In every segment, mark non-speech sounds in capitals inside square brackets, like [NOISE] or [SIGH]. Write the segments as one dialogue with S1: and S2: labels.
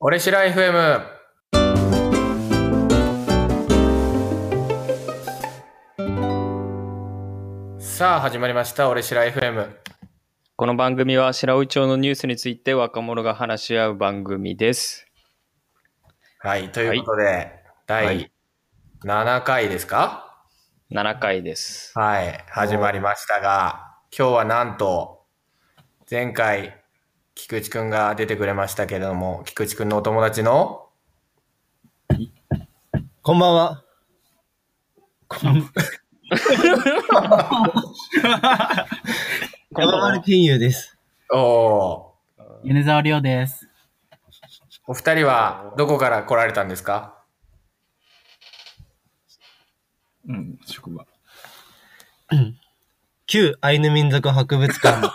S1: 俺しら FM。さあ、始まりました。俺しら FM。
S2: この番組は白老町のニュースについて若者が話し合う番組です。
S1: はい、ということで、
S2: は
S1: 第
S2: い
S1: 7回ですか
S2: 7回です。
S1: はい、始まりましたが、今日はなんと、前回、菊池くんが出てくれましたけれども、菊池くんのお友達の
S3: こんばんは。山丸金融です。
S1: お
S4: 米沢亮です。
S1: ーお二人はどこから来られたんですか
S4: うん、職場。
S3: 旧アイヌ民族博物館の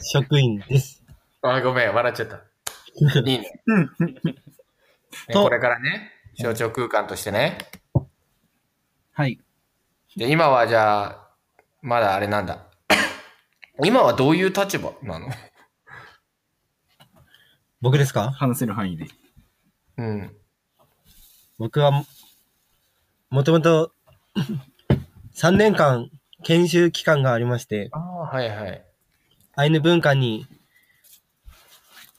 S3: 職員です。
S1: あ、ごめん、笑っちゃ [LAUGHS] った。いいね。ね
S3: と
S1: これからね、象徴空間としてね。
S4: はい。
S1: で、今はじゃあ、まだあれなん [LAUGHS] だ。今はどういう立場なの
S3: 僕ですか
S4: 話せる範囲で。
S1: うん。
S3: 僕はも、もともと3年間研修期間がありまして、
S1: ああ、はいはい。
S3: アイヌ文化に、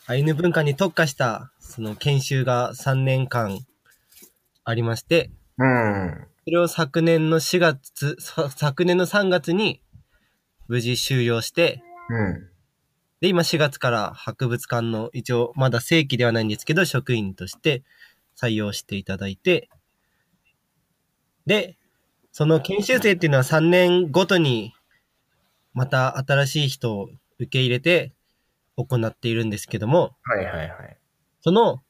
S3: アイヌ文化に特化したその研修が3年間ありまして、
S1: うん。
S3: それを昨年の4月、さ昨年の3月に無事終了して、
S1: うん。
S3: で、今4月から博物館の一応まだ正規ではないんですけど、職員として採用していただいて、で、その研修生っていうのは3年ごとにまた新しい人を受け入れて行っているんですけども、
S1: はいはいはい。
S3: その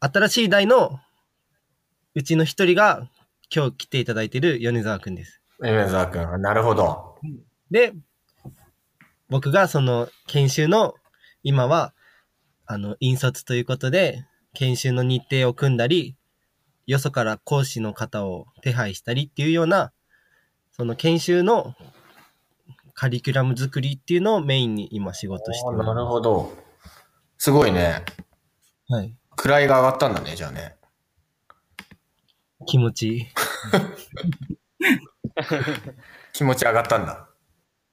S3: 新しい代のうちの一人が今日来ていただいている米沢くんです。
S1: 梅沢くん、なるほど。
S3: で、僕がその研修の、今は、あの、引率ということで、研修の日程を組んだり、よそから講師の方を手配したりっていうような、その研修のカリキュラム作りっていうのをメインに今仕事して
S1: あー
S3: ま
S1: なるほど。すごいね。
S3: す。はい。
S1: 位が上がったんだね、じゃあね。
S3: 気持ちい [LAUGHS] い。
S1: 気持ち上がったんだ。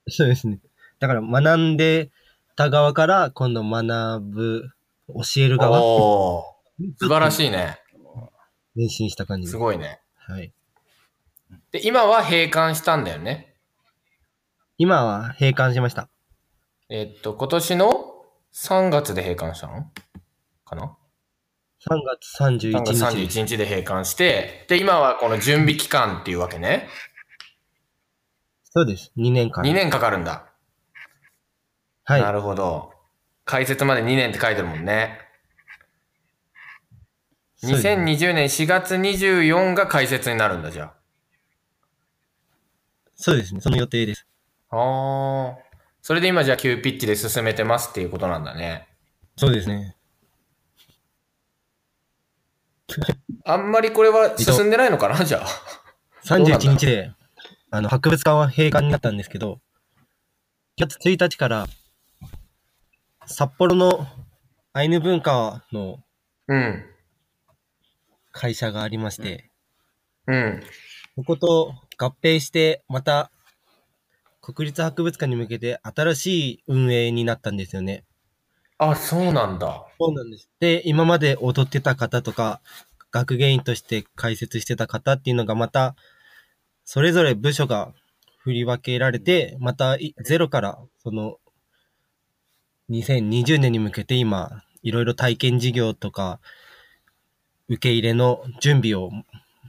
S3: そうですね。だから学んでた側から今度学ぶ、教える側、
S1: おお素晴らしいね。
S3: [LAUGHS] 前進した感じです
S1: す。ごいね。
S3: はい。
S1: で、今は閉館したんだよね。
S3: 今は閉館しました。
S1: えっと、今年の3月で閉館したのかな
S3: 3
S1: ?3
S3: 月
S1: 月
S3: 31日です。
S1: 31日で閉館して、で、今はこの準備期間っていうわけね。
S3: そうです。2年間。
S1: 2年かかるんだ。
S3: はい。
S1: なるほど。開設まで2年って書いてるもんね。
S3: そうです
S1: 2020年4月24が開設になるんだ、じゃ
S3: そうですね。その予定です。
S1: あ。あー。それで今じゃあ急ピッチで進めてますっていうことなんだね。
S3: そうですね。
S1: あんまりこれは進んでないのかな、じゃあ。うなんだ
S3: 31日で、あの、博物館は閉館になったんですけど、4月1日から、札幌のアイヌ文化の
S1: うん。
S3: 会社がありまして、
S1: うん。
S3: そこと合併して、また、国立博物館に向けて新しい運営になったんですよね。
S1: あ、そうなんだ。
S3: そうなんです。で、今まで踊ってた方とか、学芸員として解説してた方っていうのがまた、それぞれ部署が振り分けられて、またいゼロから、その、2020年に向けて今、いろいろ体験事業とか、受け入れの準備を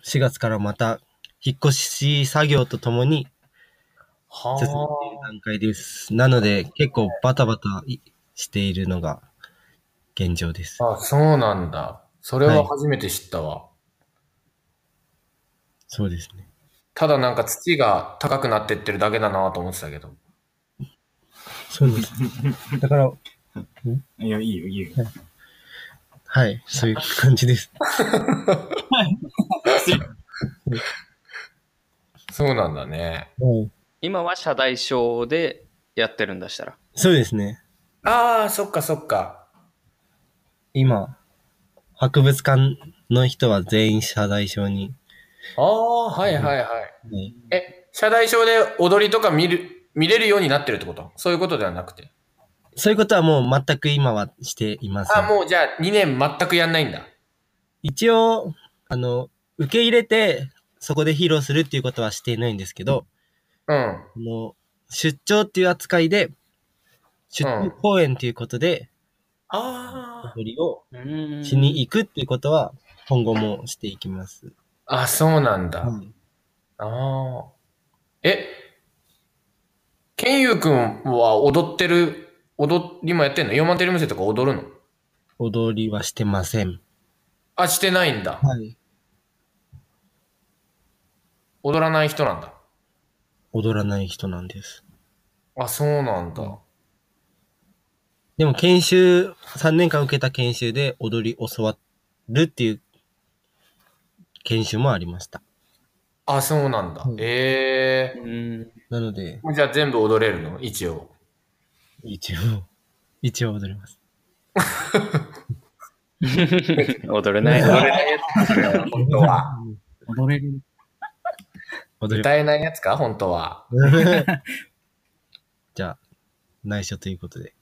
S3: 4月からまた、引っ越し作業とともに
S1: は
S3: 進めてい
S1: あ
S3: る。段階です。なので、結構バタバタいしているのが現状です。
S1: あ、そうなんだ。それ
S3: は
S1: はい初めて知ったわ。
S3: そうですね。
S1: ただなんか土が高くなってってるだけだなと思ってたけど。
S3: そうです。だから、
S4: いや、いいよ、いいよ。
S3: はい、そういう感じです。
S1: そうなんだね。
S2: 今は社大賞でやってるんだしたら。
S3: そうですね。
S1: ああ、そっかそっか。
S3: 今、博物館の人は全員謝罪症に。
S1: ああ、はいはいはい。
S3: ね
S1: え、社大賞で踊りとか見る、見れるようになってるってことそういうことではなくて。
S3: そういうことはもう全く今はしていませ
S1: あ、
S3: ん。
S1: もうじゃあ2年全くやんないんだ。
S3: 一応、あの、受け入れて、そこで披露するっていうことはしていないんですけど、
S1: うん。
S3: あの出張っていう扱いで、出
S1: うん
S3: 張公演っていうことで、
S1: あ
S3: 踊りを
S2: うん
S3: しに行くっていうことは、今後もしていきます。
S1: あ。あ、そうなんだ。
S3: はい
S1: ああ。え、ケンユウくんは踊ってる、踊りもやってんの四万テレ無線とか踊るの
S3: 踊りはしてません。
S1: あ、してないんだ。
S3: はい。
S1: 踊らない人なんだ。
S3: 踊らない人なんです。
S1: あ、そうなんだ。
S3: でも研修、3年間受けた研修で踊り教わるっていう研修もありました。
S1: あ、そうなんだ
S3: うん。
S1: ええ
S2: うん
S3: なので、
S1: じゃあ全部踊れるの一応。
S3: 一応、 [LAUGHS] 一応踊ります。
S2: 踊れない。
S1: 踊れないやつ。本当は。
S4: 踊れ
S3: 踊
S4: る。
S3: ります。
S1: 歌えないやつか本当は。
S3: じゃあ、内緒ということで。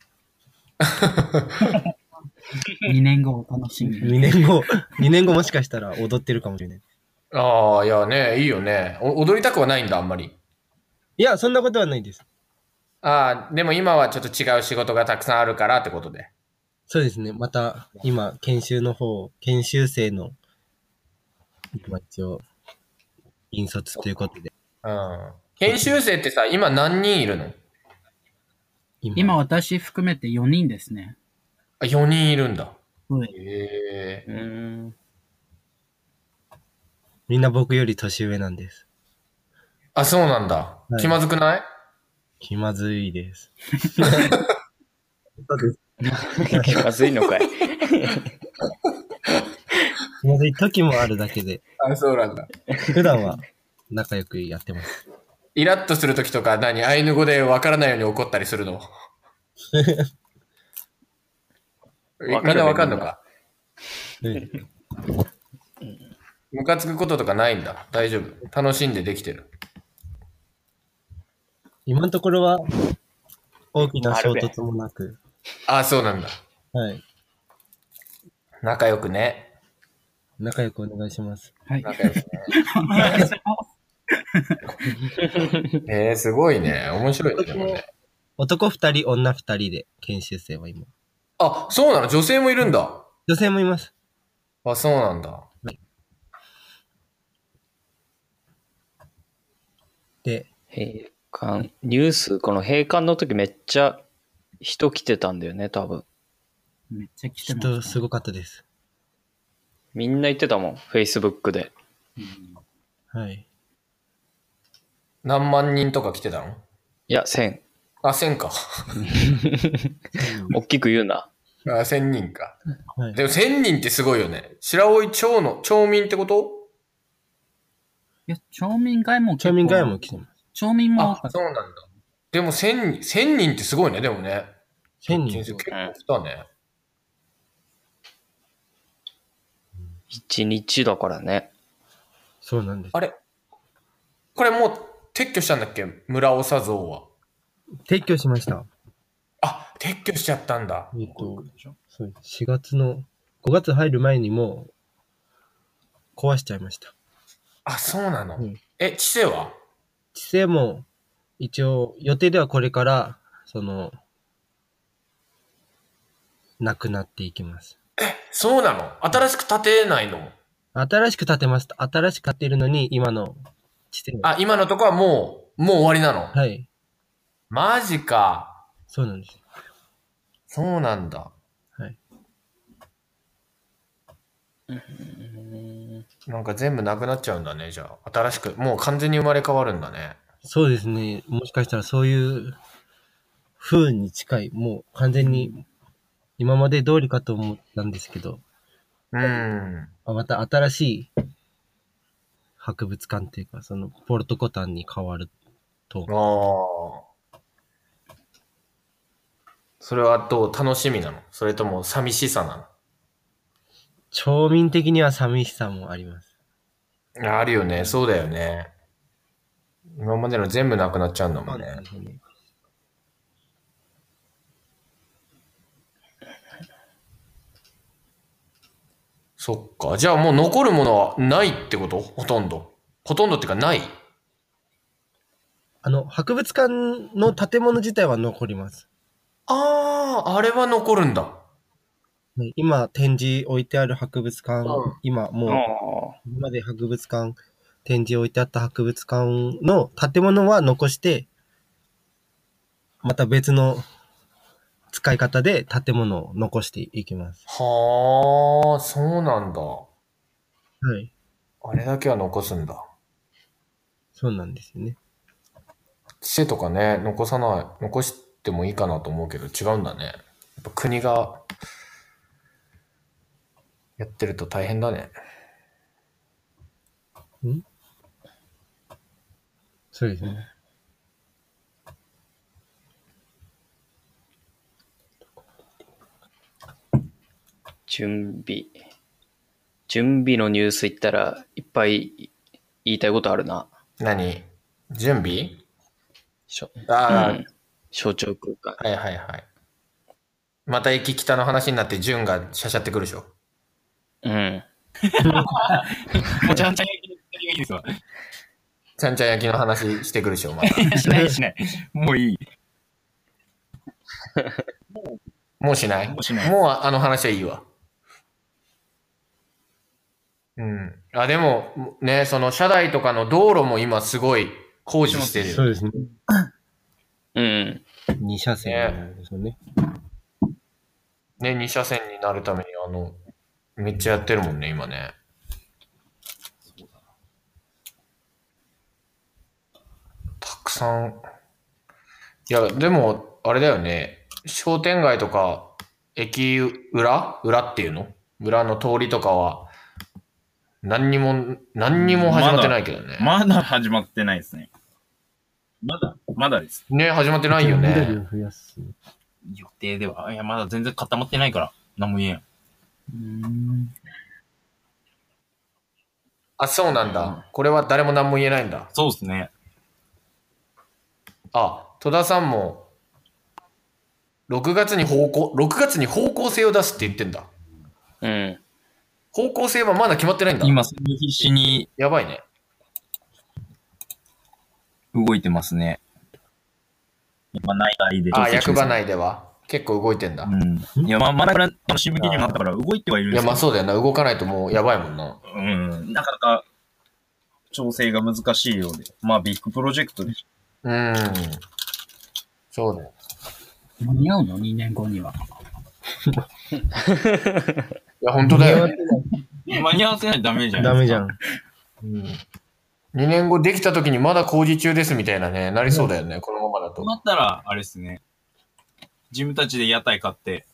S4: 2年後お楽しみに。
S3: 2年後、2年後もしかしたら踊ってるかもしれない。
S1: ああ、いやね、いいよね。お踊りたくはないんだ、あんまり。
S3: いや、そんなことはないです。
S1: ああ、でも今はちょっと違う仕事がたくさんあるからってことで。
S3: そうですね。また、今、研修の方、研修生の、まあ一応、引率ということで。
S1: うん。研修生ってさ、今何人いるの
S3: 今
S4: 今私含めて4人ですね。
S1: あ、4人いるんだ。
S4: はい。
S1: へえ
S2: うん
S3: みんな僕より年上なんです。
S1: あ、そうなんだ。
S3: はい
S1: 気まずくない
S3: 気まずいです。
S2: 気まずいのかい。
S3: 気まずい時もあるだけで、
S1: あ、そうなんだ。
S3: 普段は仲良くやってます。
S1: イラッとするときとか何、アイヌ語でわからないように怒ったりする [LAUGHS] のえ
S2: わか
S1: み
S2: る
S1: んなわかんの
S2: みん
S1: か
S3: うん
S1: ムカつくこととかないんだ。大丈夫。楽しんでできてる。
S3: 今のところは、大きな衝突もなく、
S1: あ、そうなんだ。
S3: はい。
S1: 仲良くね。
S3: 仲良くお願いします。
S4: はい。
S1: 仲良くね。 [LAUGHS] えー、すごいね。面白いね。でもね
S3: 男二人、女二人で、研修生は今。
S1: あ、そうなの女性もいるんだ。
S3: 女性もいます。
S1: あ、そうなんだ。
S3: で、
S2: 閉館、ニュース、この閉館の時めっちゃ人来てたんだよね、多分。
S4: めっちゃ来て
S3: 人
S4: ます、
S3: す
S4: ね。
S3: ごかったです。
S2: みんな言ってたもん、Facebook で。
S3: はい。
S1: 何万人とか来てたの
S2: いや、1000。
S1: あ、千か。
S2: 大きく言うな。
S1: あ、千人か。
S3: はい、
S1: でも千人ってすごいよね。白老町の町民ってこと
S4: いや、町民会も結構
S3: 町民会も来てま
S4: 町民も多
S1: あ
S4: か、っ
S1: そうなんだ。でも千人、千人ってすごいね、でもね。
S3: す。1000
S1: 人
S3: 人
S1: 数。結構来たね。
S2: 1日だからね。
S3: そうなんです。
S1: あれこれもう撤去したんだっけ村長像は。
S3: 撤去しました。
S1: あ、撤去しちゃったんだ。
S3: えっと、そう4月の、5月入る前にもう、壊しちゃいました。
S1: あ、そうなの。
S3: うん
S1: え、知性は
S3: 知性も、一応、予定ではこれから、その、なくなっていきます。
S1: そうなの新しく建てないの
S3: 新しく建てます。新しく建てるのに、今の知性
S1: あ、今のとこはもう、もう終わりなの。
S3: はい。
S1: マジか。
S3: そうなんです。
S1: そうなんだ。
S3: はい。
S1: なんか全部なくなっちゃうんだね、じゃあ。新しく、もう完全に生まれ変わるんだね。
S3: そうですね。もしかしたらそういう風に近い、もう完全に今まで通りかと思ったんですけど、
S1: うん。
S3: あまた新しい博物館というか、そのポルトコタンに変わると。
S1: ああ。それはどう楽しみなのそれとも寂しさな
S3: 町民的には寂しさもあります。
S1: あるよね、そうだよね。今までの全部なくなっちゃうんだもんね。そっか。じゃあもう残るものはないってことほとんど。ほとんどっていうかない。
S3: あの、博物館の建物自体は残ります。
S1: ああ、あれは残るんだ。
S3: はい今、展示置いてある博物館、
S1: うん
S3: 今もう、
S2: あ
S3: 今まで博物館、展示置いてあった博物館の建物は残して、また別の使い方で建物を残していきます。
S1: はあ、そうなんだ。
S3: はい。
S1: あれだけは残すんだ。
S3: そうなんですよね。
S1: 知恵とかね、残さない、残してもいいかなと思うけど違うんだね。やっぱ国がやってると大変だね。
S3: そうですね。
S2: 準備。準備のニュース行ったらいっぱい言いたいことあるな。
S1: 何準備
S2: しょう
S1: ああ、
S2: ん、象徴空間。
S1: はいはいはい。また駅北の話になって、潤がしゃしゃってくるでしょ。
S2: うん。
S5: もうちゃんちゃん焼きの二人がいいですわ。
S1: ちゃんちゃん焼きの話してくるでしょ、また。
S5: しないしない。もういい。
S1: [LAUGHS] もうしない
S5: もうしない
S1: もうああの話はいいわ。うん。あ、でも、ね、その車台とかの道路も今すごい工事してる
S3: そう
S1: よ。
S3: ですね。
S2: うん。
S3: 二車線なんですよね。
S1: ね、二車線になるために、あの、めっちゃやってるもんね、今ね。たくさん。いや、でも、あれだよね。商店街とか、駅裏裏っていうの裏の通りとかは、何にも、何にも始まってないけどね。
S5: まだ始まってないですね。まだ、まだです。
S1: ね、始まってないよ
S3: 緑
S1: ね。
S3: を増やす。
S5: 予定では。いや、まだ全然固まってないから、何も言えん。
S4: うん。
S1: あ、そうなんだ。これは誰も何も言えないんだ。
S5: そうですね。
S1: あ、戸田さんも、6月に方向、6月に方向性を出すって言ってんだ。
S2: うん。
S1: 方向性はまだ決まってないんだ。
S5: 今、それに必死に
S1: やばいね。
S5: 動いてますね。まあ、内外で。
S1: あ、役場内では結構動いてんだ。
S5: うん。いや、まあ、まだから、あの、新聞記事もあったから、動いてはいるん
S1: い
S5: で
S1: や、
S5: すけ
S1: まあ、
S5: ど
S1: そうだよな。動かないともうやばいもんな。
S5: うん。なかなか、調整が難しいようで。まあ、ビッグプロジェクトでし
S1: うーん。そうだよ。
S4: 間に合うの ?2 年後には。
S1: いや、本当だよ。
S5: ょ間に合わせないとダメじゃん。
S3: ダメじゃん。
S1: うん。2年後できた時にまだ工事中ですみたいなね、なりそうだよね。このままだ
S5: と
S1: と。
S5: なったら、あれですね。自分たちで屋台買って、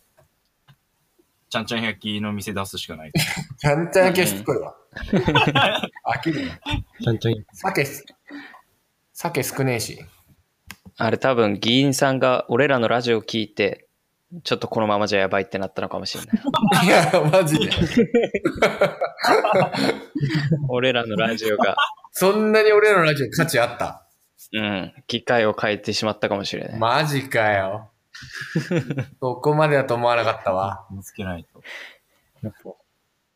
S5: ちゃんちゃん焼きの店出すしかない。
S1: ちゃんちゃん焼きはしつこいわ。飽きるな。
S3: ちゃんちゃん焼
S1: 鮭す、鮭少ねえし。
S2: あれ多分議員さんが俺らのラジオ聞いて、ちょっとこのままじゃやばいってなったのかもしれない。
S1: いや、マジで。
S2: [LAUGHS] 俺らのラジオが、
S1: そんなに俺らのラジオ価値あった。
S2: うん、機会を変えてしまったかもしれない。
S1: マジかよ。そこまでだと思わなかったわ。
S5: 見つけないと。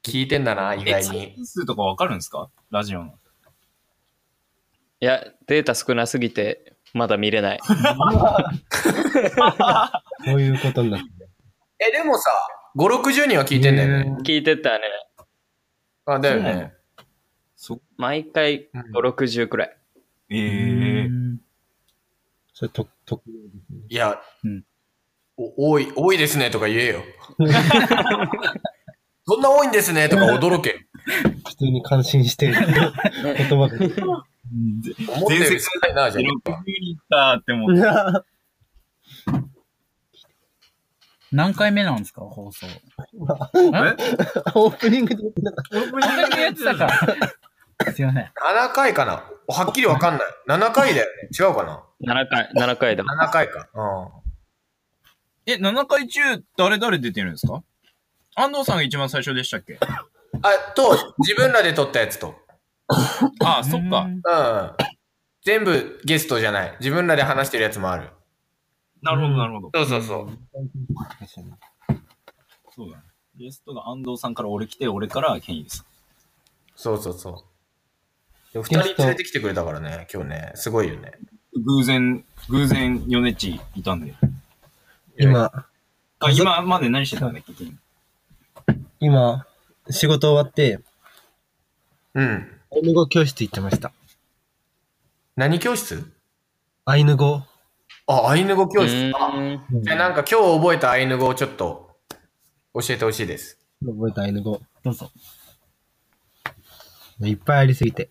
S1: 聞いてんだ [LAUGHS] な、意
S5: え、
S1: 外
S5: 再
S1: に。
S5: 生数とかわかるんですかラジオの。
S2: いや、データ少なすぎて、まだ見れない。
S3: き。こういうことになってる。
S1: え、でもさ、5、60人は聞いてんだよね。
S2: 聞いてたね。
S1: あ、だよ
S5: そうな
S1: ね。
S5: そ、
S2: 毎回
S1: うん
S2: 5、60くらい。
S5: え
S4: え
S5: え
S3: それ、と、と、
S1: いや、
S4: うん
S1: お多い、多いですねとか言えよ。そんな多いんですねとか驚けよ。
S3: 普通に感心してる言葉が。
S1: 思ってる少ないな、じゃ
S5: ー。
S1: あ。
S5: 見に行ったって思って。
S4: 何回目なんですか放送。
S3: オープニングで言ってなかっ
S4: 何回目やってた
S1: [LAUGHS]
S4: [LAUGHS] から。すいません。
S1: 7回かなはっきりわかんない。7回だよね。違うかな
S2: 7回、7回だ。
S1: ?7 回か。うん。
S5: え、7回中、誰々出てるんですか安藤さんが一番最初でしたっけ
S1: あ、と、自分らで撮ったやつと。
S5: ああ、そっか
S4: う。ん
S1: うん。全部ゲストじゃない。自分らで話してるやつもある。
S5: なるほど、なるほ
S1: そ
S5: ど。
S1: うそうそう。
S5: そうだね。ゲストが安藤さんから俺来て、俺からケンイです。
S1: そうそうそう。でも二人連れてきてくれたからね、今日ね。すごいよね。
S5: 偶然、偶然、ヨネチいたんで。
S3: 今、
S5: あ、今まで何してたんだっけケンイ
S3: 今、仕事終わって、
S1: うん。
S3: アイヌ語教室行ってました。
S1: 何教室
S3: アイヌ語。
S1: あ、アイヌ語教
S2: う
S1: 室。あ
S2: ーん
S1: じゃあなんか今日覚えたアイヌ語をちょっと教えてほしいです。
S3: 覚えたアイヌ語。
S4: どうぞ。
S3: いっぱいありすぎて。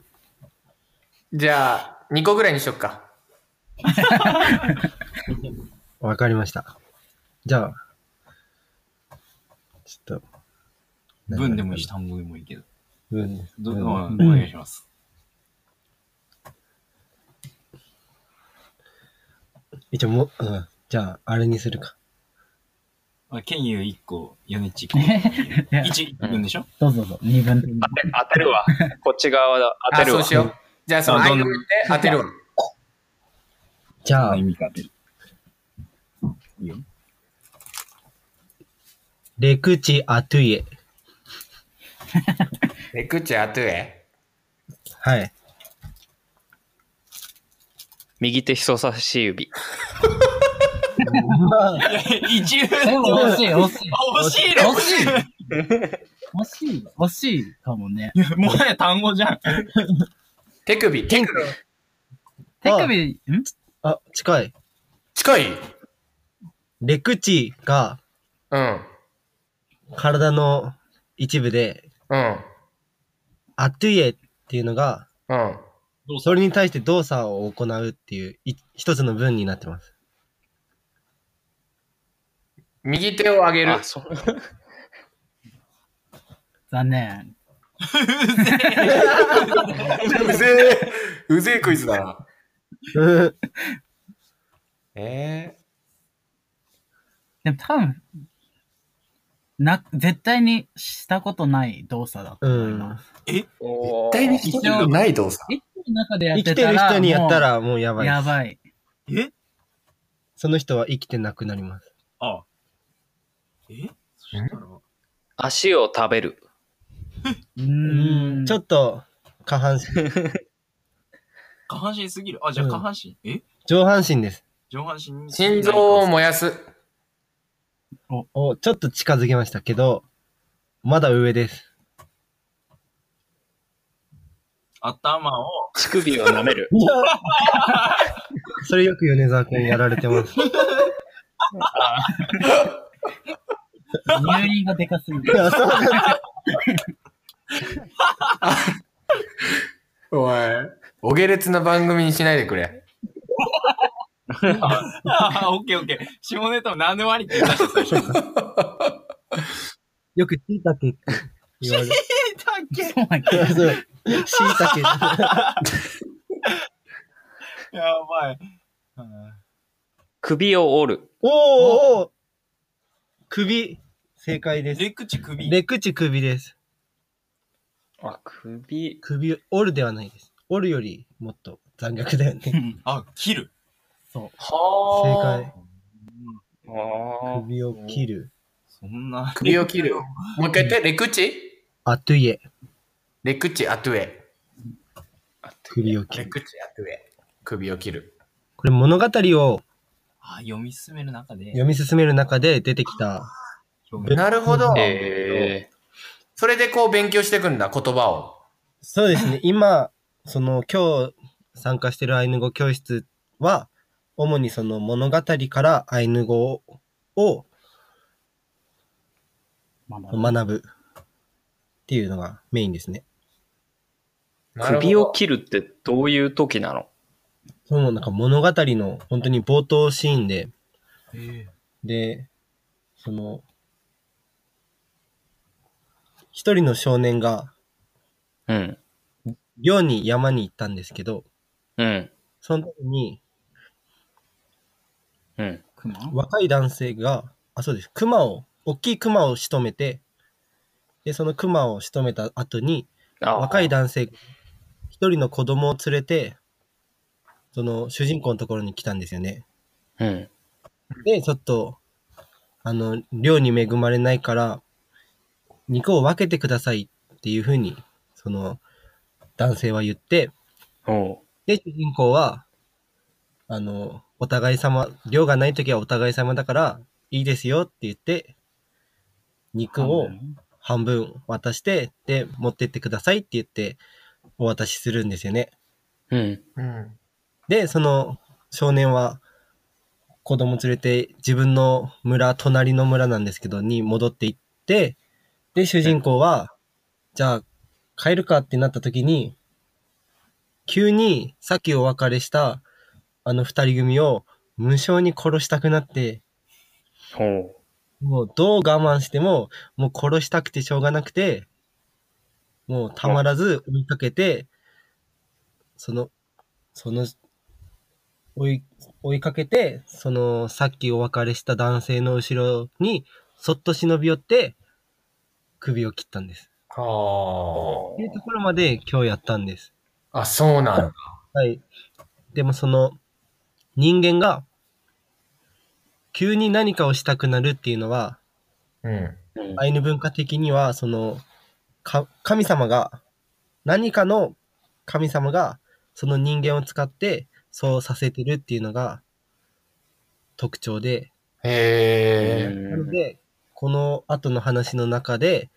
S1: じゃあ、2個ぐらいにしよっか。
S3: わかりました。じゃあ、ちょっと。
S5: 文でもいいし、単語でもいいけど。
S3: 文です。
S5: ど
S3: 文
S5: まあお願いします。
S3: 一応も、うん。じゃあ、あれにするか。
S5: あケンイ1個、ヨネチ1
S4: いや
S5: 分でしょ
S4: どうぞどうぞ。二分
S2: 当て当てるわ。こっち側だ。当
S1: あ、
S2: てる
S1: そ
S2: わ
S1: う。しよう。じゃあその
S5: あ
S1: ア
S5: ど
S1: イ
S5: ん
S1: ヌ
S5: な
S1: 語で当てるわ。
S3: じゃあ
S5: 意、味が出る。いいよ。
S3: レクチアトゥイエ。
S1: レクチャートゥエ。
S3: はい。
S2: 右手人差し指。
S5: 一応、
S4: え、惜しい、惜しい。
S5: 惜しいね
S4: 惜しい惜しい、惜しいかもね。
S5: いやもはや単語じゃん。
S1: 手首、手首。
S4: 手首、ん
S3: あ、近い。
S1: 近い
S3: レクチが
S1: うん。
S3: 体の一部で、
S1: うん。
S3: アトゥイエっていうのが、
S1: うん。
S3: それに対して動作を行うっていうい一つの文になって [LAUGHS] ます。
S1: 右手を上げる
S2: あ、。そう。
S4: 残念。
S1: うぜえ、うぜえクイズだな。
S3: うん
S1: え
S4: でも多分、な、絶対にしたことない動作だと思います。
S1: え
S2: おー
S1: 一緒にない動作。
S4: 生きてる中でやっ
S3: 生
S4: て
S3: き
S4: た
S3: て
S4: ら、
S3: る人にやったらもうや
S4: も
S3: ば
S4: う、
S3: いで
S4: や
S3: す。
S4: ばい。
S5: え
S3: その人は生きてなくなります。
S5: ああえそしたら、
S2: 足を食べる。
S4: うーん。
S3: ちょ
S4: っ
S3: っと、下半身。 [LAUGHS]
S5: 下半身すぎる。あ、じゃあ
S3: うん
S5: 下半身、え
S3: 上半身です。
S5: 上半身に
S1: 心臓を燃やす。
S3: お、ちょっと近づけましたけど、まだ上です。
S5: 頭を、
S2: 乳首を舐める。
S3: それよく米沢くんやられて [LAUGHS] ます。
S4: と。入院がでかすぎ
S3: [LAUGHS] い
S4: る。
S3: やそうなんです
S1: おい。お下劣な番組にしないでくれ。
S5: [LAUGHS] ああ、オッケーオッケー。下ネタも何でもありって言い出した最初。だっ
S3: よく椎茸って言われる。
S5: け
S4: そうだっけ
S3: そう椎茸。
S5: やばい。あ
S2: 首を折る。
S3: おーおー首。正解
S5: ー
S3: です。
S5: レクチ首。
S3: レクチ首です。
S2: あ、首。
S3: 首、折るではないです。折るよりもっと残虐だよね。
S4: うん
S5: あ、切る。
S4: そう。
S3: 正
S1: は
S3: 解。
S2: あー
S3: 首を切る。
S5: そんな。
S1: 首を切る。もう一回言って、レクチ
S3: あといえ。
S1: レクチアトゥエ。
S3: 首を切
S1: レ
S3: る。
S1: クチアトゥエ。首を切る。
S3: これ物語を
S5: あ、読み進める中で。
S3: 読み進める中で出てきた。
S5: 表現
S1: なるほど。
S2: え
S1: それでこう勉強していくんだ、言葉を。
S3: そうです [LAUGHS] ね。今、その今日参加してるアイヌ語教室は、主にその物語からアイヌ語を
S4: まだ
S3: 学ぶっていうのがメインですね。
S2: ー、首を
S1: 切
S2: 切るってどういう時なの
S3: そのなんか物語の本当に冒頭シーンで、
S5: え
S3: で、その、一人の少年が
S2: うん。
S3: 寮に山に行ったんですけど、
S2: うん。
S3: その時に
S2: うん。
S4: 熊
S3: 若い男性が、あ、そうです。熊を、大きい熊を仕留めて、で、その熊を仕留めた後に、
S2: あー
S3: 若い男性、一人の子供を連れて、その主人公のところに来たんですよね。
S2: うん。
S3: で、ちょっと、あの、量に恵まれないから、肉を分けてくださいっていうふうに、その、男性は言って、
S2: おう
S3: で、主人公は、あの、お互い様、量がない時はお互い様だから、いいですよって言って、肉を半分渡して、で、持ってってくださいって言って、お渡しするんですよね。
S2: うん。
S1: うん。
S3: で、その少年は子供連れて自分の村、隣の村なんですけど、に戻っていって、で、主人公は、じゃあ帰るかってなった時に、急にさっきお別れしたあの二人組を無償に殺したくなって、
S2: おう
S3: もうどう我慢しても、もう殺したくてしょうがなくて、もうたまらず追いかけて、その、その、追い、追いかけて、その、さっきお別れした男性の後ろに、そっと忍び寄って、首を切ったんです。
S1: ああ。
S3: っていうところまで今日やったんです。
S1: あ、そうなんだ。
S3: はい。でもその、人間が、急に何かをしたくなるっていうのは、
S1: うん。
S2: うん
S3: アイヌ文化的にはそのか神様が何かの神様がその人間を使ってそうさせてるっていうのが特徴で、
S1: へえ。
S3: なのでこの後の話の中で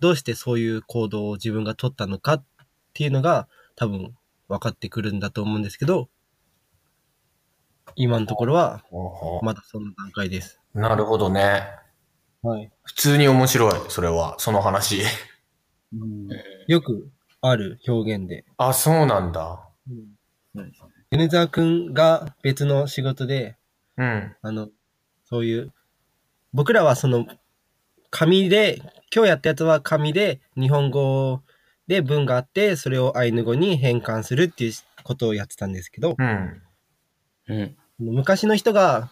S3: どうしてそういう行動を自分が取ったのかっていうのが多分分かってくるんだと思うんですけど今のところは
S1: ほうほ
S3: まだその段階です。
S1: うなるほどね。
S3: はい、
S1: 普通に面白い、それは。その話。
S4: うん
S3: よくある表現で
S1: あ、そうなんだ。
S3: 米沢くんが別の仕事で、
S1: うん。
S3: あの、そういう、僕らはその、紙で、今日やったやつは紙で、日本語で文があって、それをアイヌ語に変換するっていうことをやってたんですけど、
S1: うん。
S2: うん。
S3: 昔の人が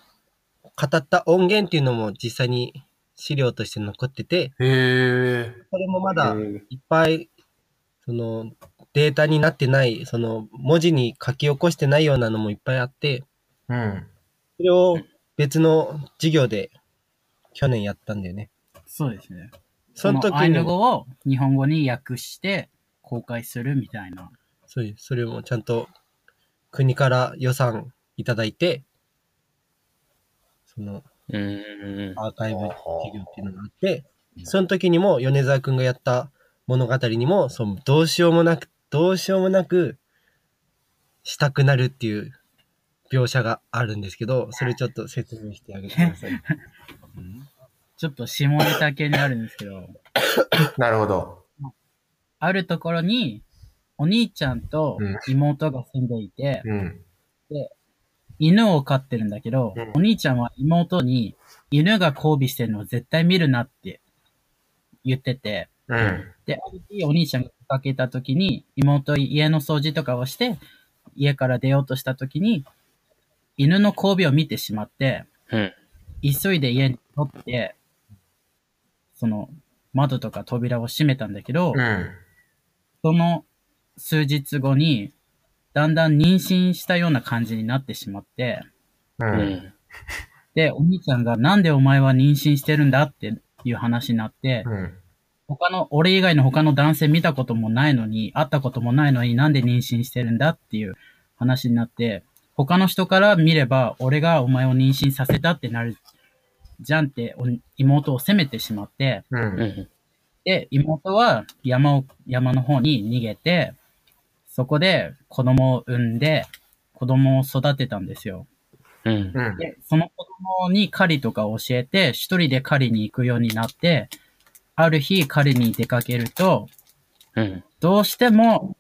S3: 語った音源っていうのも実際に資料として残ってて、
S1: へえ。
S3: それもまだ
S2: えー
S3: いっぱい、その、データになってない、その、文字に書き起こしてないようなのもいっぱいあって、
S1: うん。
S3: それを別の授業で去年やったんだよね。
S4: そうですね。
S3: その時
S4: アイ
S3: に
S4: ヌ語を日本語に訳して公開するみたいな。
S3: そうですそれもちゃんと国から予算いただいて、その
S2: うん。
S3: アーカイブ
S1: ほう
S3: 授
S1: ほう
S3: 業っていうのがあって、その時にも米沢くんがやった物語にも、そのどうしようもなく、どうしようもなくしたくなるっていう描写があるんですけど、それちょっと説明してあげてくだ
S4: [LAUGHS]
S3: さい。
S4: ちょっと下ネタ系になるんですけど、
S1: なるほど。
S4: あるところにお兄ちゃんと妹が住んでいて、
S1: うん。
S4: 犬を飼ってるんだけど、
S1: うん
S4: お兄ちゃんは妹に犬が交尾してるのを絶対見るなって言ってて、
S1: うん。
S4: で、ある日お兄ちゃんが出かけた時に、妹家の掃除とかをして、家から出ようとした時に、犬の交尾を見てしまって、
S2: うん。
S4: 急いで家に取って、その、窓とか扉を閉めたんだけど、
S1: うん。
S4: その数日後に、だんだん妊娠したような感じになってしまって、
S1: う。
S2: うんん。
S4: で、お兄ちゃんがなんでお前は妊娠してるんだっていう話になって、
S1: うん。
S4: 他の、俺以外の他の男性見たこともないのに、会ったこともないのになんで妊娠してるんだっていう話になって、他の人から見れば、俺がお前を妊娠させたってなるじゃんって、お妹を責めてしまって、
S1: う。
S2: うんん。
S4: で、妹は山を、山の方に逃げて、そこで子供を産んで、子供を育てたんですよ。
S2: うん。
S1: うん。
S4: で、その子供に狩りとかを教えて、一人で狩りに行くようになって、ある日狩りに出かけると、
S2: うん。
S4: どうしても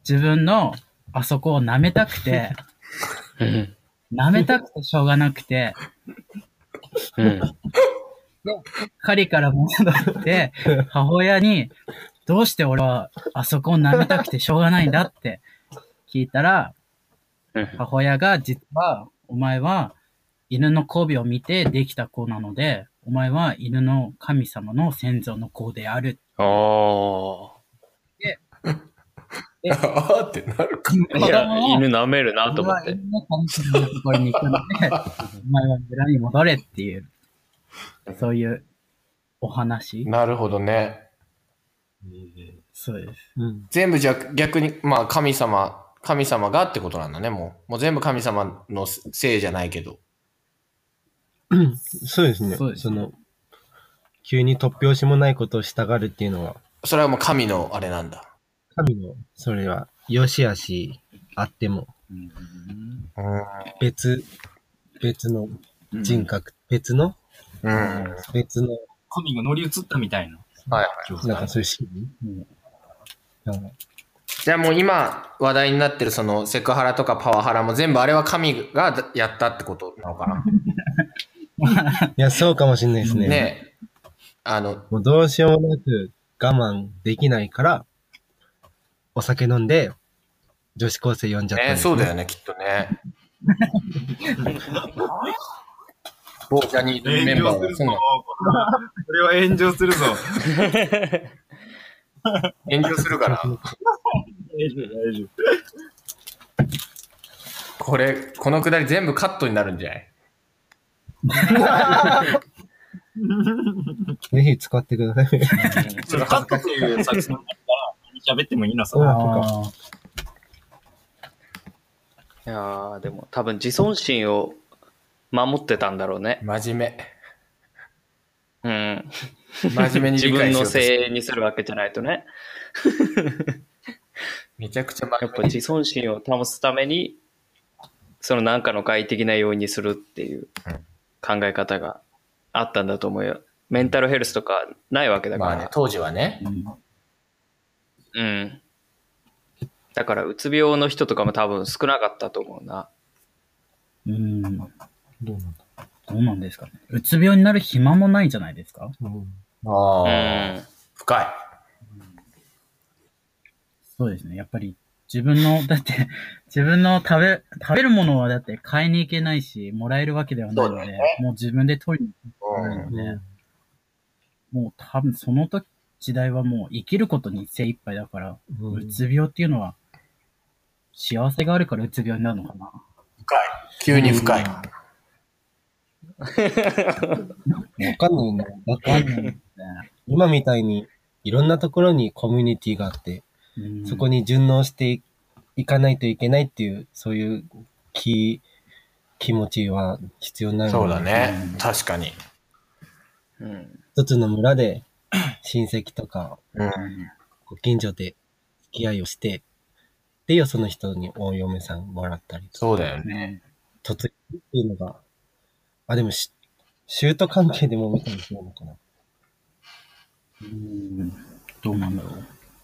S4: 自分のあそこを舐めたくて、
S2: うん。
S4: 舐めたくてしょうがなくて、
S2: うん。
S4: 狩りから戻って、母親に、どうして俺はあそこを舐めたくてしょうがないんだって聞いたら、母親が実は、お前は犬の交尾を見てできた子なので、お前は犬の神様の先祖の子である。
S2: ああ。
S4: え
S1: あーってなるか。
S4: 子
S2: いや
S4: 供を、
S2: 犬舐めるなと
S4: 俺
S2: 思
S4: は
S2: って。
S4: 犬の神様のところに
S2: [LAUGHS]
S4: 行くので、お前は村に戻れっていう、そういうお話。
S1: なるほどね。
S4: そうです。
S3: うん。
S1: 全部じゃあ逆に、まあ神様、神様がってことなんだね、もう。もう全部神様のせいじゃないけど。
S3: そうですね。
S4: そう
S3: そ
S4: です
S3: の、急に突拍子もないことをしたがるっていうのは、
S1: それはもう神のあれなんだ。
S3: 神の、それは、良し悪しあっても、別、別の
S5: うん
S3: 人格、別の、
S1: うん。うん。
S3: 別の、
S5: 神が乗り移ったみたいな。
S1: はいはい
S5: 状態
S3: なんかそういう仕組み、
S4: うん
S3: うん
S1: じゃあもう今話題になってるそのセクハラとかパワハラも全部あれは神がやったってことなのかな。
S3: いや、そうかもしれないですね。
S1: ねえあの、
S3: もうどうしようもなく我慢できないから、お酒飲んで、女子高生呼んじゃったん
S1: ね
S3: です、
S1: そうだよね、きっと [LAUGHS] ね。某ジャニーズメンバーがそんな
S5: これは炎上するぞ。
S1: 炎上するから、
S5: 大丈夫、大丈夫。
S1: これ、このくだり全部カットになるんじゃない
S3: [LAUGHS] ぜひ使ってくだ
S5: [LAUGHS]
S3: さい。
S5: それカットっていう作戦だから、喋ってもいいのさ。
S3: あ
S4: ああ、
S2: いやーでも多分自尊心を守ってたんだろうね。
S1: 真面
S2: うん。
S1: 目。真面目に
S2: 自
S1: 理解しよう
S2: 分の
S1: として
S2: せいにするわけじゃないとね。
S1: めちゃくちゃ真
S2: やっぱ
S1: 面目に。
S2: 自尊心を保つために、そのなんかの外的な要因にするっていう考え方があったんだと思うよ。メンタルヘルスとかないわけだか
S1: ま
S2: ら。
S1: あね、当時はね。
S4: うん
S2: うん。だから、うつ病の人とかも多分少なかったと思うな。
S4: うん。ど
S3: どうなんだ
S4: うなんですかね。うつ病になる暇もないんじゃないですか
S3: ろう
S1: あ
S2: う
S1: あ、
S2: ん。
S1: 深い。
S4: そうですね。やっぱり自分の、 [LAUGHS] だって、自分の食べ、食べるものはだって買いに行けないし、もらえるわけではないので、
S1: そうだよ
S4: もう自分で取りに
S1: うん
S4: 行くので、もう多分その時、時代はもう生きることに精一杯だから、
S3: う
S4: うんつ病っていうのは、幸せがあるからうつ病になるのかな。
S1: 急に深い。
S3: わかんないな。だ
S4: わ
S3: っ
S4: か
S3: て
S4: んないですね
S3: 今みたいに、いろんなところにコミュニティがあって、
S4: うん
S3: そこに順応していかないといけないっていう、そういう気、気持ちは必要になるので
S1: そうだね。確かに。
S2: うん。
S3: 一つの村で、 [CLEARS THROAT] 親戚とか、
S1: うん。
S3: ご近所で付き合いをして、で、よその人にお嫁さんもらったりと、
S1: そうだよね。
S4: ね
S3: 嫁ぎっていうのが、あ、でもし、シュート関係でも見たりするのかな。
S4: うんどうなんだろう。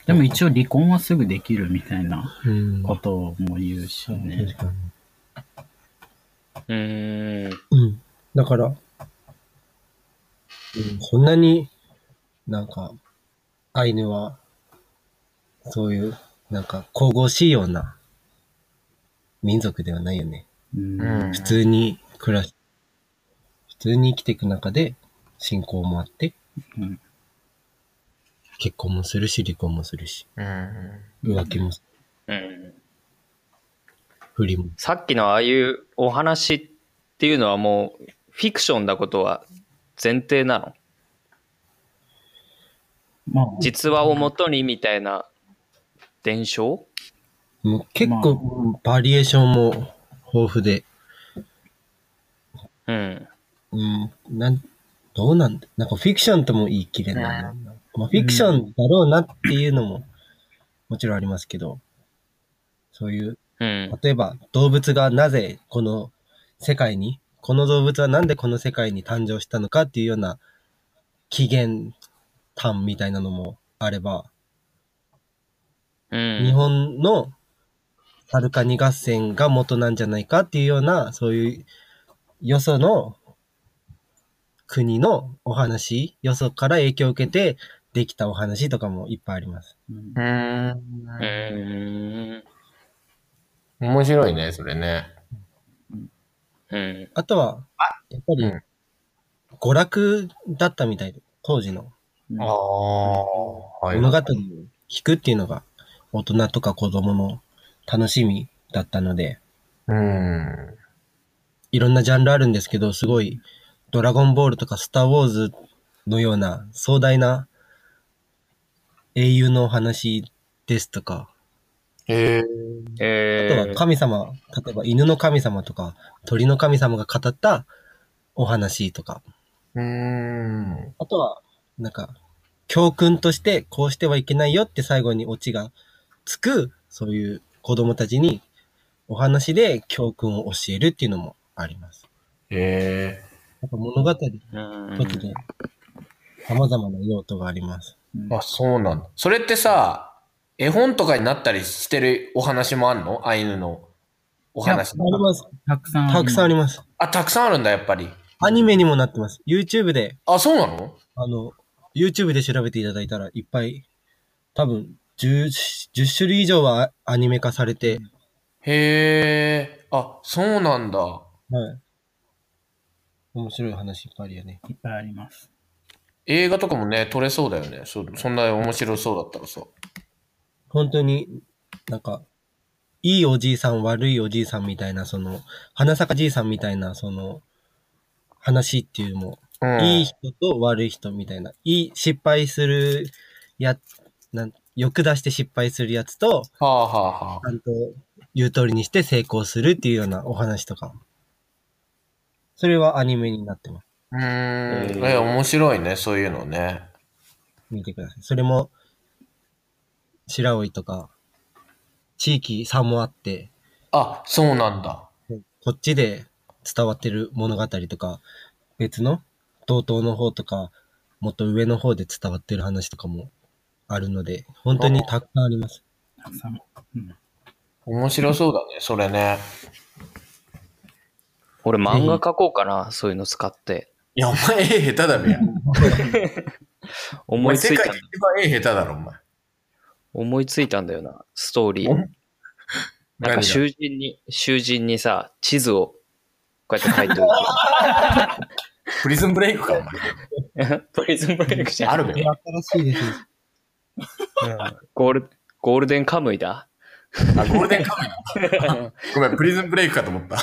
S4: でも一応離婚はすぐできるみたいな
S3: うん
S4: ことも言うしね
S3: 確。かに。
S2: うーん。
S3: うん。だから、うん、そんなに、なんか、アイヌは、そういう、なんか、神々しいような、民族ではないよね。
S4: うん
S1: うん。
S3: 普通に暮らし、普通に生きていく中で、信仰もあって、
S4: うん
S3: 結婚もするし、離婚もするし、
S1: うん。
S3: 浮気も、
S2: うん。
S3: 不倫も。
S2: さっきのああいうお話っていうのはもう、フィクションだことは前提なの
S4: まあ、
S2: 実話をもとにみたいな伝承
S3: もう結
S4: ま
S3: 構、バリエーションも豊富で、
S2: うん。
S3: うん、なん、どうなんだなんかフィクションとも言い切れないな。まあ、フィクションだろうなっていうのも、もちろんありますけど、そういう、
S2: うん。
S3: 例えば動物がなぜこの世界に、この動物はなんでこの世界に誕生したのかっていうような起源端みたいなのもあれば、
S2: うん。
S3: 日本のサルカニ合戦が元なんじゃないかっていうような、そういうよその国のお話、よそから影響を受けてできたお話とかもいっぱいあります。
S4: うん
S1: うん
S2: うーん。
S1: 面白いね、それね。
S2: うん。
S3: あとは、やっぱり
S1: うん、
S3: 娯楽だったみたいで、当時の
S1: ああ、はい。
S3: 物語を聞くっていうのが、大人とか子供の楽しみだったので、
S1: うん。
S3: いろんなジャンルあるんですけど、すごい、ドラゴンボールとかスター・ウォーズのような壮大な英雄のお話ですとか、
S1: ええ
S3: あ
S2: え
S3: と
S2: ー、
S3: は神様、例えば犬の神様とか、鳥の神様が語ったお話とか、
S1: うん。
S3: あとは、なんか、教訓としてこうしてはいけないよって最後にオチがつく、そういう子供たちにお話で教訓を教えるっていうのもあります。
S1: え
S3: やっぱ物語
S2: うん
S3: 一つで様々な用途があります。
S1: えあ、そうなんだ。それってさ、絵本とかになったりしてるお話もあんのアイヌのお話
S4: い
S3: あります。
S4: たくさん
S3: たくさんあります。
S1: あ、たくさんあるんだ、やっぱり。
S3: アニメにもなってます。YouTube で、
S1: あ、そうなの
S3: あの、YouTube で調べていただいたらいっぱい、多分10、10種類以上はアニメ化されて、
S1: へえ。あ、そうなんだ。
S3: はい。面白い話いっぱいあるよね。
S4: いっぱいあります。
S1: 映画とかもね、撮れそうだよね。そそんな面白そうだったらさ。
S3: 本当になんか、いいおじいさん、悪いおじいさんみたいな、その、花咲かじいさんみたいな、その、話っていうのも、
S1: うん、
S3: いい人と悪い人みたいな、いい失敗するや、なん欲出して失敗するやつと、
S1: はあはあはあ
S3: ち。ゃんと言う通りにして成功するっていうようなお話とか。それはアニメになってます。
S1: うーん。
S2: え
S1: え、
S2: ー
S1: 面白いね、そういうのね。
S3: 見てください。それも、白老とか、地域差もあって、
S1: あ、そうなんだ。
S3: こっちで伝わってる物語とか、別の同等の方とか、もっと上の方で伝わってる話とかもあるので、本当にたくさんあります。
S4: たくさん。うん、
S1: 面白そうだね、それね。
S2: 俺漫画描こうかな、そういうの使って。
S1: いや、お前、絵下手だべや。お
S2: 思
S1: 前、
S2: いつ
S1: 世
S2: い
S1: 界
S2: た
S1: で、一番絵下手だろ、お前。
S2: 思いついたんだよな、ストーリ
S1: お
S2: ー。なん
S1: 何が
S2: か囚人に、囚人にさ、地図をこうやって書いて
S1: プリズンブレイクか、お前。
S2: おく。プリズンブレイクじゃ
S1: あ
S2: ん。
S1: るべ。
S3: 新しいですね。
S2: ゴール、ゴールデンカムイだ。
S1: あ、ゴールデンカムイだ。ごめん、プリズンブレイクかと思った。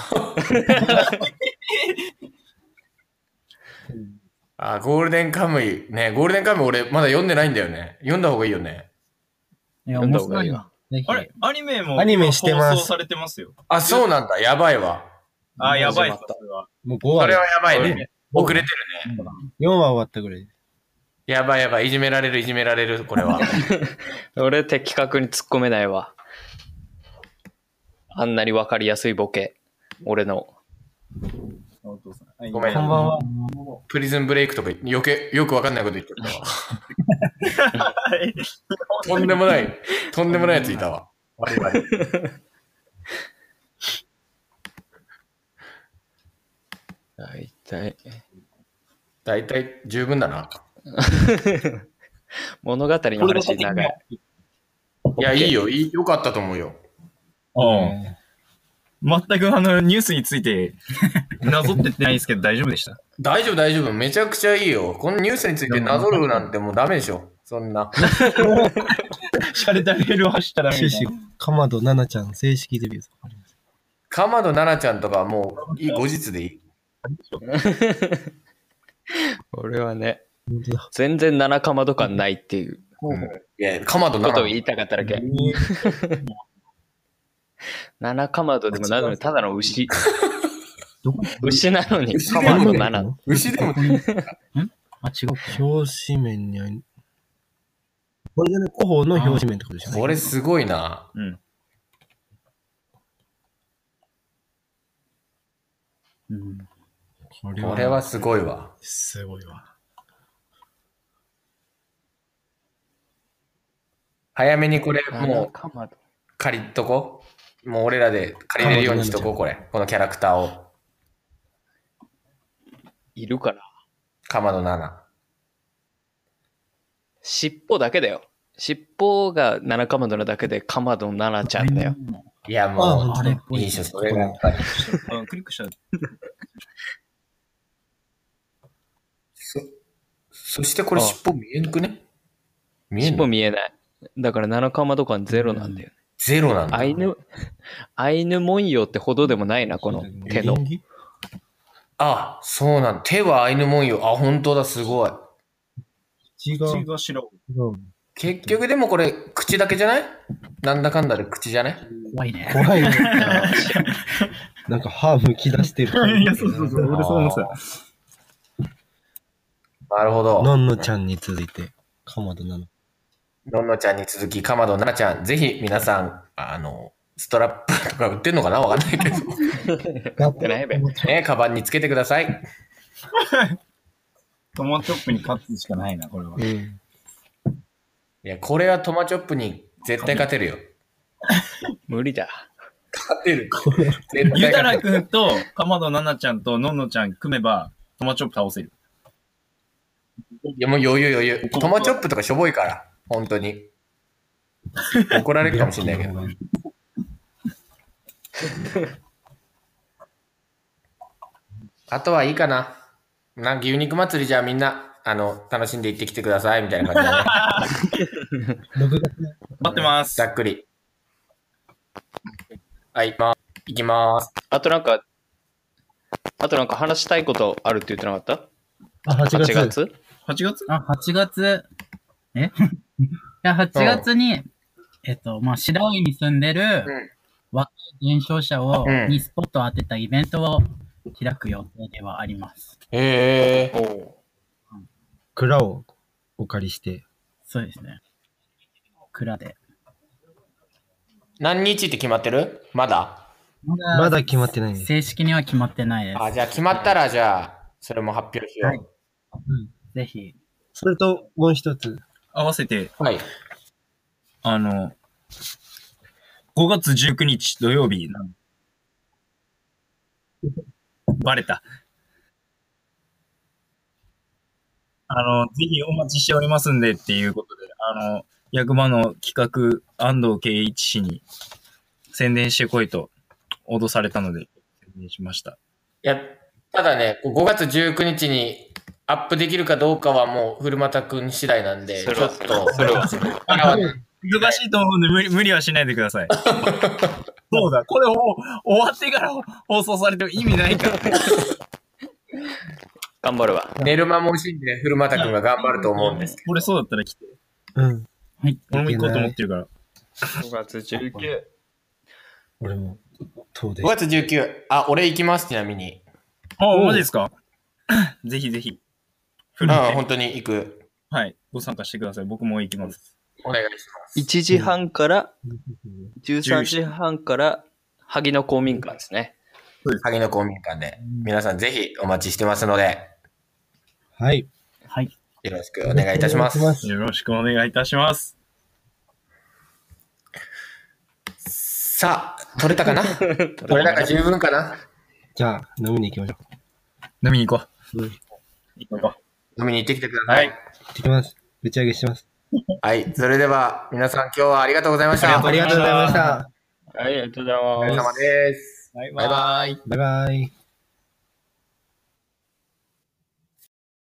S1: あ、ゴールデンカムイ。ね、ゴールデンカムイ俺まだ読んでないんだよね。読んだ方がいいよね。
S4: いや、
S2: 読んだ
S4: 面
S2: 方が
S4: 白
S2: いい
S4: い
S2: よ
S4: わ。ぜひ
S5: あれアニメも
S3: アニメしてます
S5: 放送されてますよ。
S1: あ、そうなんだ。やばいわ。
S5: あー、やばいっ
S2: 始ま
S5: す
S2: った
S5: それは
S3: もう5
S1: そ
S3: 話
S1: れはやばいね。遅れてるね。
S3: 4話終わったぐらいです。
S1: やばいやばい。いじめられる、いじめられる、これは。
S2: 俺的確に突っ込めないわ。あんなにわかりやすいボケ。俺の。
S5: お父さん。
S1: ごめん
S5: あ
S1: こ
S5: いいね
S3: は。
S1: プリズンブレイクとか余計、よくわかんないこと言ってたわ。とんでもない、とんでもないやついたわ。悪い悪い
S2: 大体。
S1: 大体十分だな。
S2: 物語の話長い。
S1: いや、いいよ。いいよかったと思うよ。
S5: うん。全くあの、ニュースについ [LAUGHS] て、なぞってってないですけど大丈夫でした。
S1: 大丈夫、大丈夫。めちゃくちゃいいよ。このニュースについてなぞるなんてもうダメでしょ。そんな。
S5: シャレたレールを走ったら
S3: 終始、かまどななちゃん正式デビューです。
S1: 鎌野奈々ちゃんとかはもう、いい後日でいい。
S2: 俺はね、
S3: 本当だ
S2: 全然七かまとかないっていう
S1: いや、鎌野
S2: こ
S1: 奈
S2: とを
S1: 々。
S2: 言いたかっただけ。七かまとでもなのにただの [LAUGHS] 牛。牛なのにかまと七。
S1: 牛でも、
S4: [LAUGHS] あ、違うか。
S3: 表紙面にありこれがね、広報の表紙面ってことでしょ
S1: これすごいな。
S5: うん。
S4: うん。
S3: こ
S1: これは、すごいわ。
S3: すごいわ。
S1: 早めにこれ、
S2: 七
S1: もう、
S2: かまと。
S1: 借りっとこう。もう俺らで借りれるようにしとこう、これ。このキャラクターを。
S2: いるから。
S1: 鎌野奈々。
S2: 尻尾だけだよ。尻尾が七かまどのだけでかまど七ちゃんだよ。。
S1: いや、
S3: あ
S1: も
S3: 本
S4: 当だ
S1: う、いいでしょ、それがやっぱり。
S5: あクリックした。
S1: そ、そしてこれ
S2: あ
S1: 尻尾見えんくね見えん
S2: 尻尾
S1: の
S2: 見えない。だから7カマとかゼロなんだよね。
S1: ゼロなんだ。
S2: アイ
S3: [LAUGHS]
S2: ヌ、アイヌ文様ってほどでもないな、この手の。
S1: あ、そうなん手はアイヌ文様。あ、本当だ、すごい。
S3: 違
S5: 口
S3: う。
S5: が白い。
S1: 結局でもこれ、口だけじゃないなんだかんだで口じゃない
S4: 怖いね。
S3: 怖いね。なんか歯むき出して
S2: [LAUGHS]
S3: る。
S5: いや、そうそうそう。俺そう思ってた。
S1: なるほど。
S3: のんのちゃんに続いて、鎌田なの。
S1: のんのちゃんに続き、かまどななちゃん、ぜひ皆さん、あの、ストラップとか売ってんのかなわかんないけど、
S5: [LAUGHS]
S3: ガ
S2: てないべ
S1: ね、カバンにつけてください。
S5: トマトップに勝つしかないな、これは。
S3: うん。
S1: いや、これはトマチョップに絶対勝てるよ。
S2: 無理だ。
S1: 勝てる。絶
S5: ゆ
S1: 対
S5: た
S1: 勝
S5: ら
S1: てる。
S5: くんと、かまどななちゃんとのんのちゃん組めば、トマチョップ倒せる。
S1: いや、もう余裕余裕。トマチョップとかしょぼいから、本当に。怒られるかもしれないけど。あとはいいかな。なんか牛肉祭りじゃあみんな、あの、楽しんで行ってきてください、みたいな感じで、ね、
S5: [LAUGHS]
S3: 6月
S5: 待ってます
S1: ざ。っくり。はい、まあ、行きます。
S2: あとなんか、あとなんか話したいことあるって言ってなかっ
S3: あ、
S2: た
S3: 8
S2: ?8
S3: 月。
S2: 月
S5: 8月
S4: あ、8月、え [LAUGHS] いや、8月に、えっと、まあ、白老に住んで
S1: う
S4: る
S1: ん
S4: 若い伝承者を、
S1: うん
S4: にスポットを当てたイベントを開く予定ではあります。
S1: ええ
S2: おう
S3: 蔵をお借りして。
S4: そうですね。蔵で。
S1: 何日って決まってるまだ
S4: まだ
S3: まだ決まってないです。
S4: 正式には決まってないです。
S1: あ、じゃあ決まったら、じゃあ、それも発表しよ
S4: はいぜひ。
S3: それと、もう一つ。
S5: 合わせて、
S1: う。はい。
S5: あの、5月19日土曜日なの。バレた。あの、ぜひお待ちしておりますんでっていうことで、あの、役場の企画、安藤圭一氏に宣伝してこいと脅されたので、宣伝しました。
S1: いや、ただね、5月19日にアップできるかどうかはもう古俣くん次第なんで、ち
S2: それ
S1: ょ
S2: は
S1: っと、
S2: それは
S1: あらわ
S5: 難しいと思うんで、無理無理はしないでください。そうだ、これを終わってから放送されても意味ないから。
S2: 頑張るわ。
S1: 寝る間も惜しいんで、古俣くんが頑張ると思うんです。
S5: 俺そうだったら来て。
S3: うん。
S4: はい。
S5: 俺も行こうと思ってるから。
S2: 5月19。
S3: 俺も、遠出
S1: 5。月19、あ、俺行きます、ちなみに。
S5: あ、マジですかぜひぜひ。フ
S1: うん、
S5: ルで
S1: 本当に行く。
S5: はい。ご参加してください。僕も行きます。
S1: お願いします。
S2: 1時半から、13時半から、萩野公民館ですね。
S1: 萩の公民館で、皆さんぜひお待ちしてますので、
S3: はい。
S4: はい。
S1: よろしくお願いいたします。
S3: お願いし
S5: よろしくお願いいたします。
S1: さあ、取れたかな取れたか十分かな
S3: じゃあ、飲みに行きましょ
S5: 飲みに行こ
S3: う。うん。行
S5: う。行こ
S1: 飲みに行ってきてくだ
S5: う。
S1: さ。
S5: はいい。
S3: ってきます。打ち上げします。
S1: はい。それでは、皆さん今日はありがとうございました。
S3: ありがとうございました。
S2: はい、ありがとうござい
S1: お疲れ様です。
S5: バイ
S1: バイバイ。
S3: バイバイ。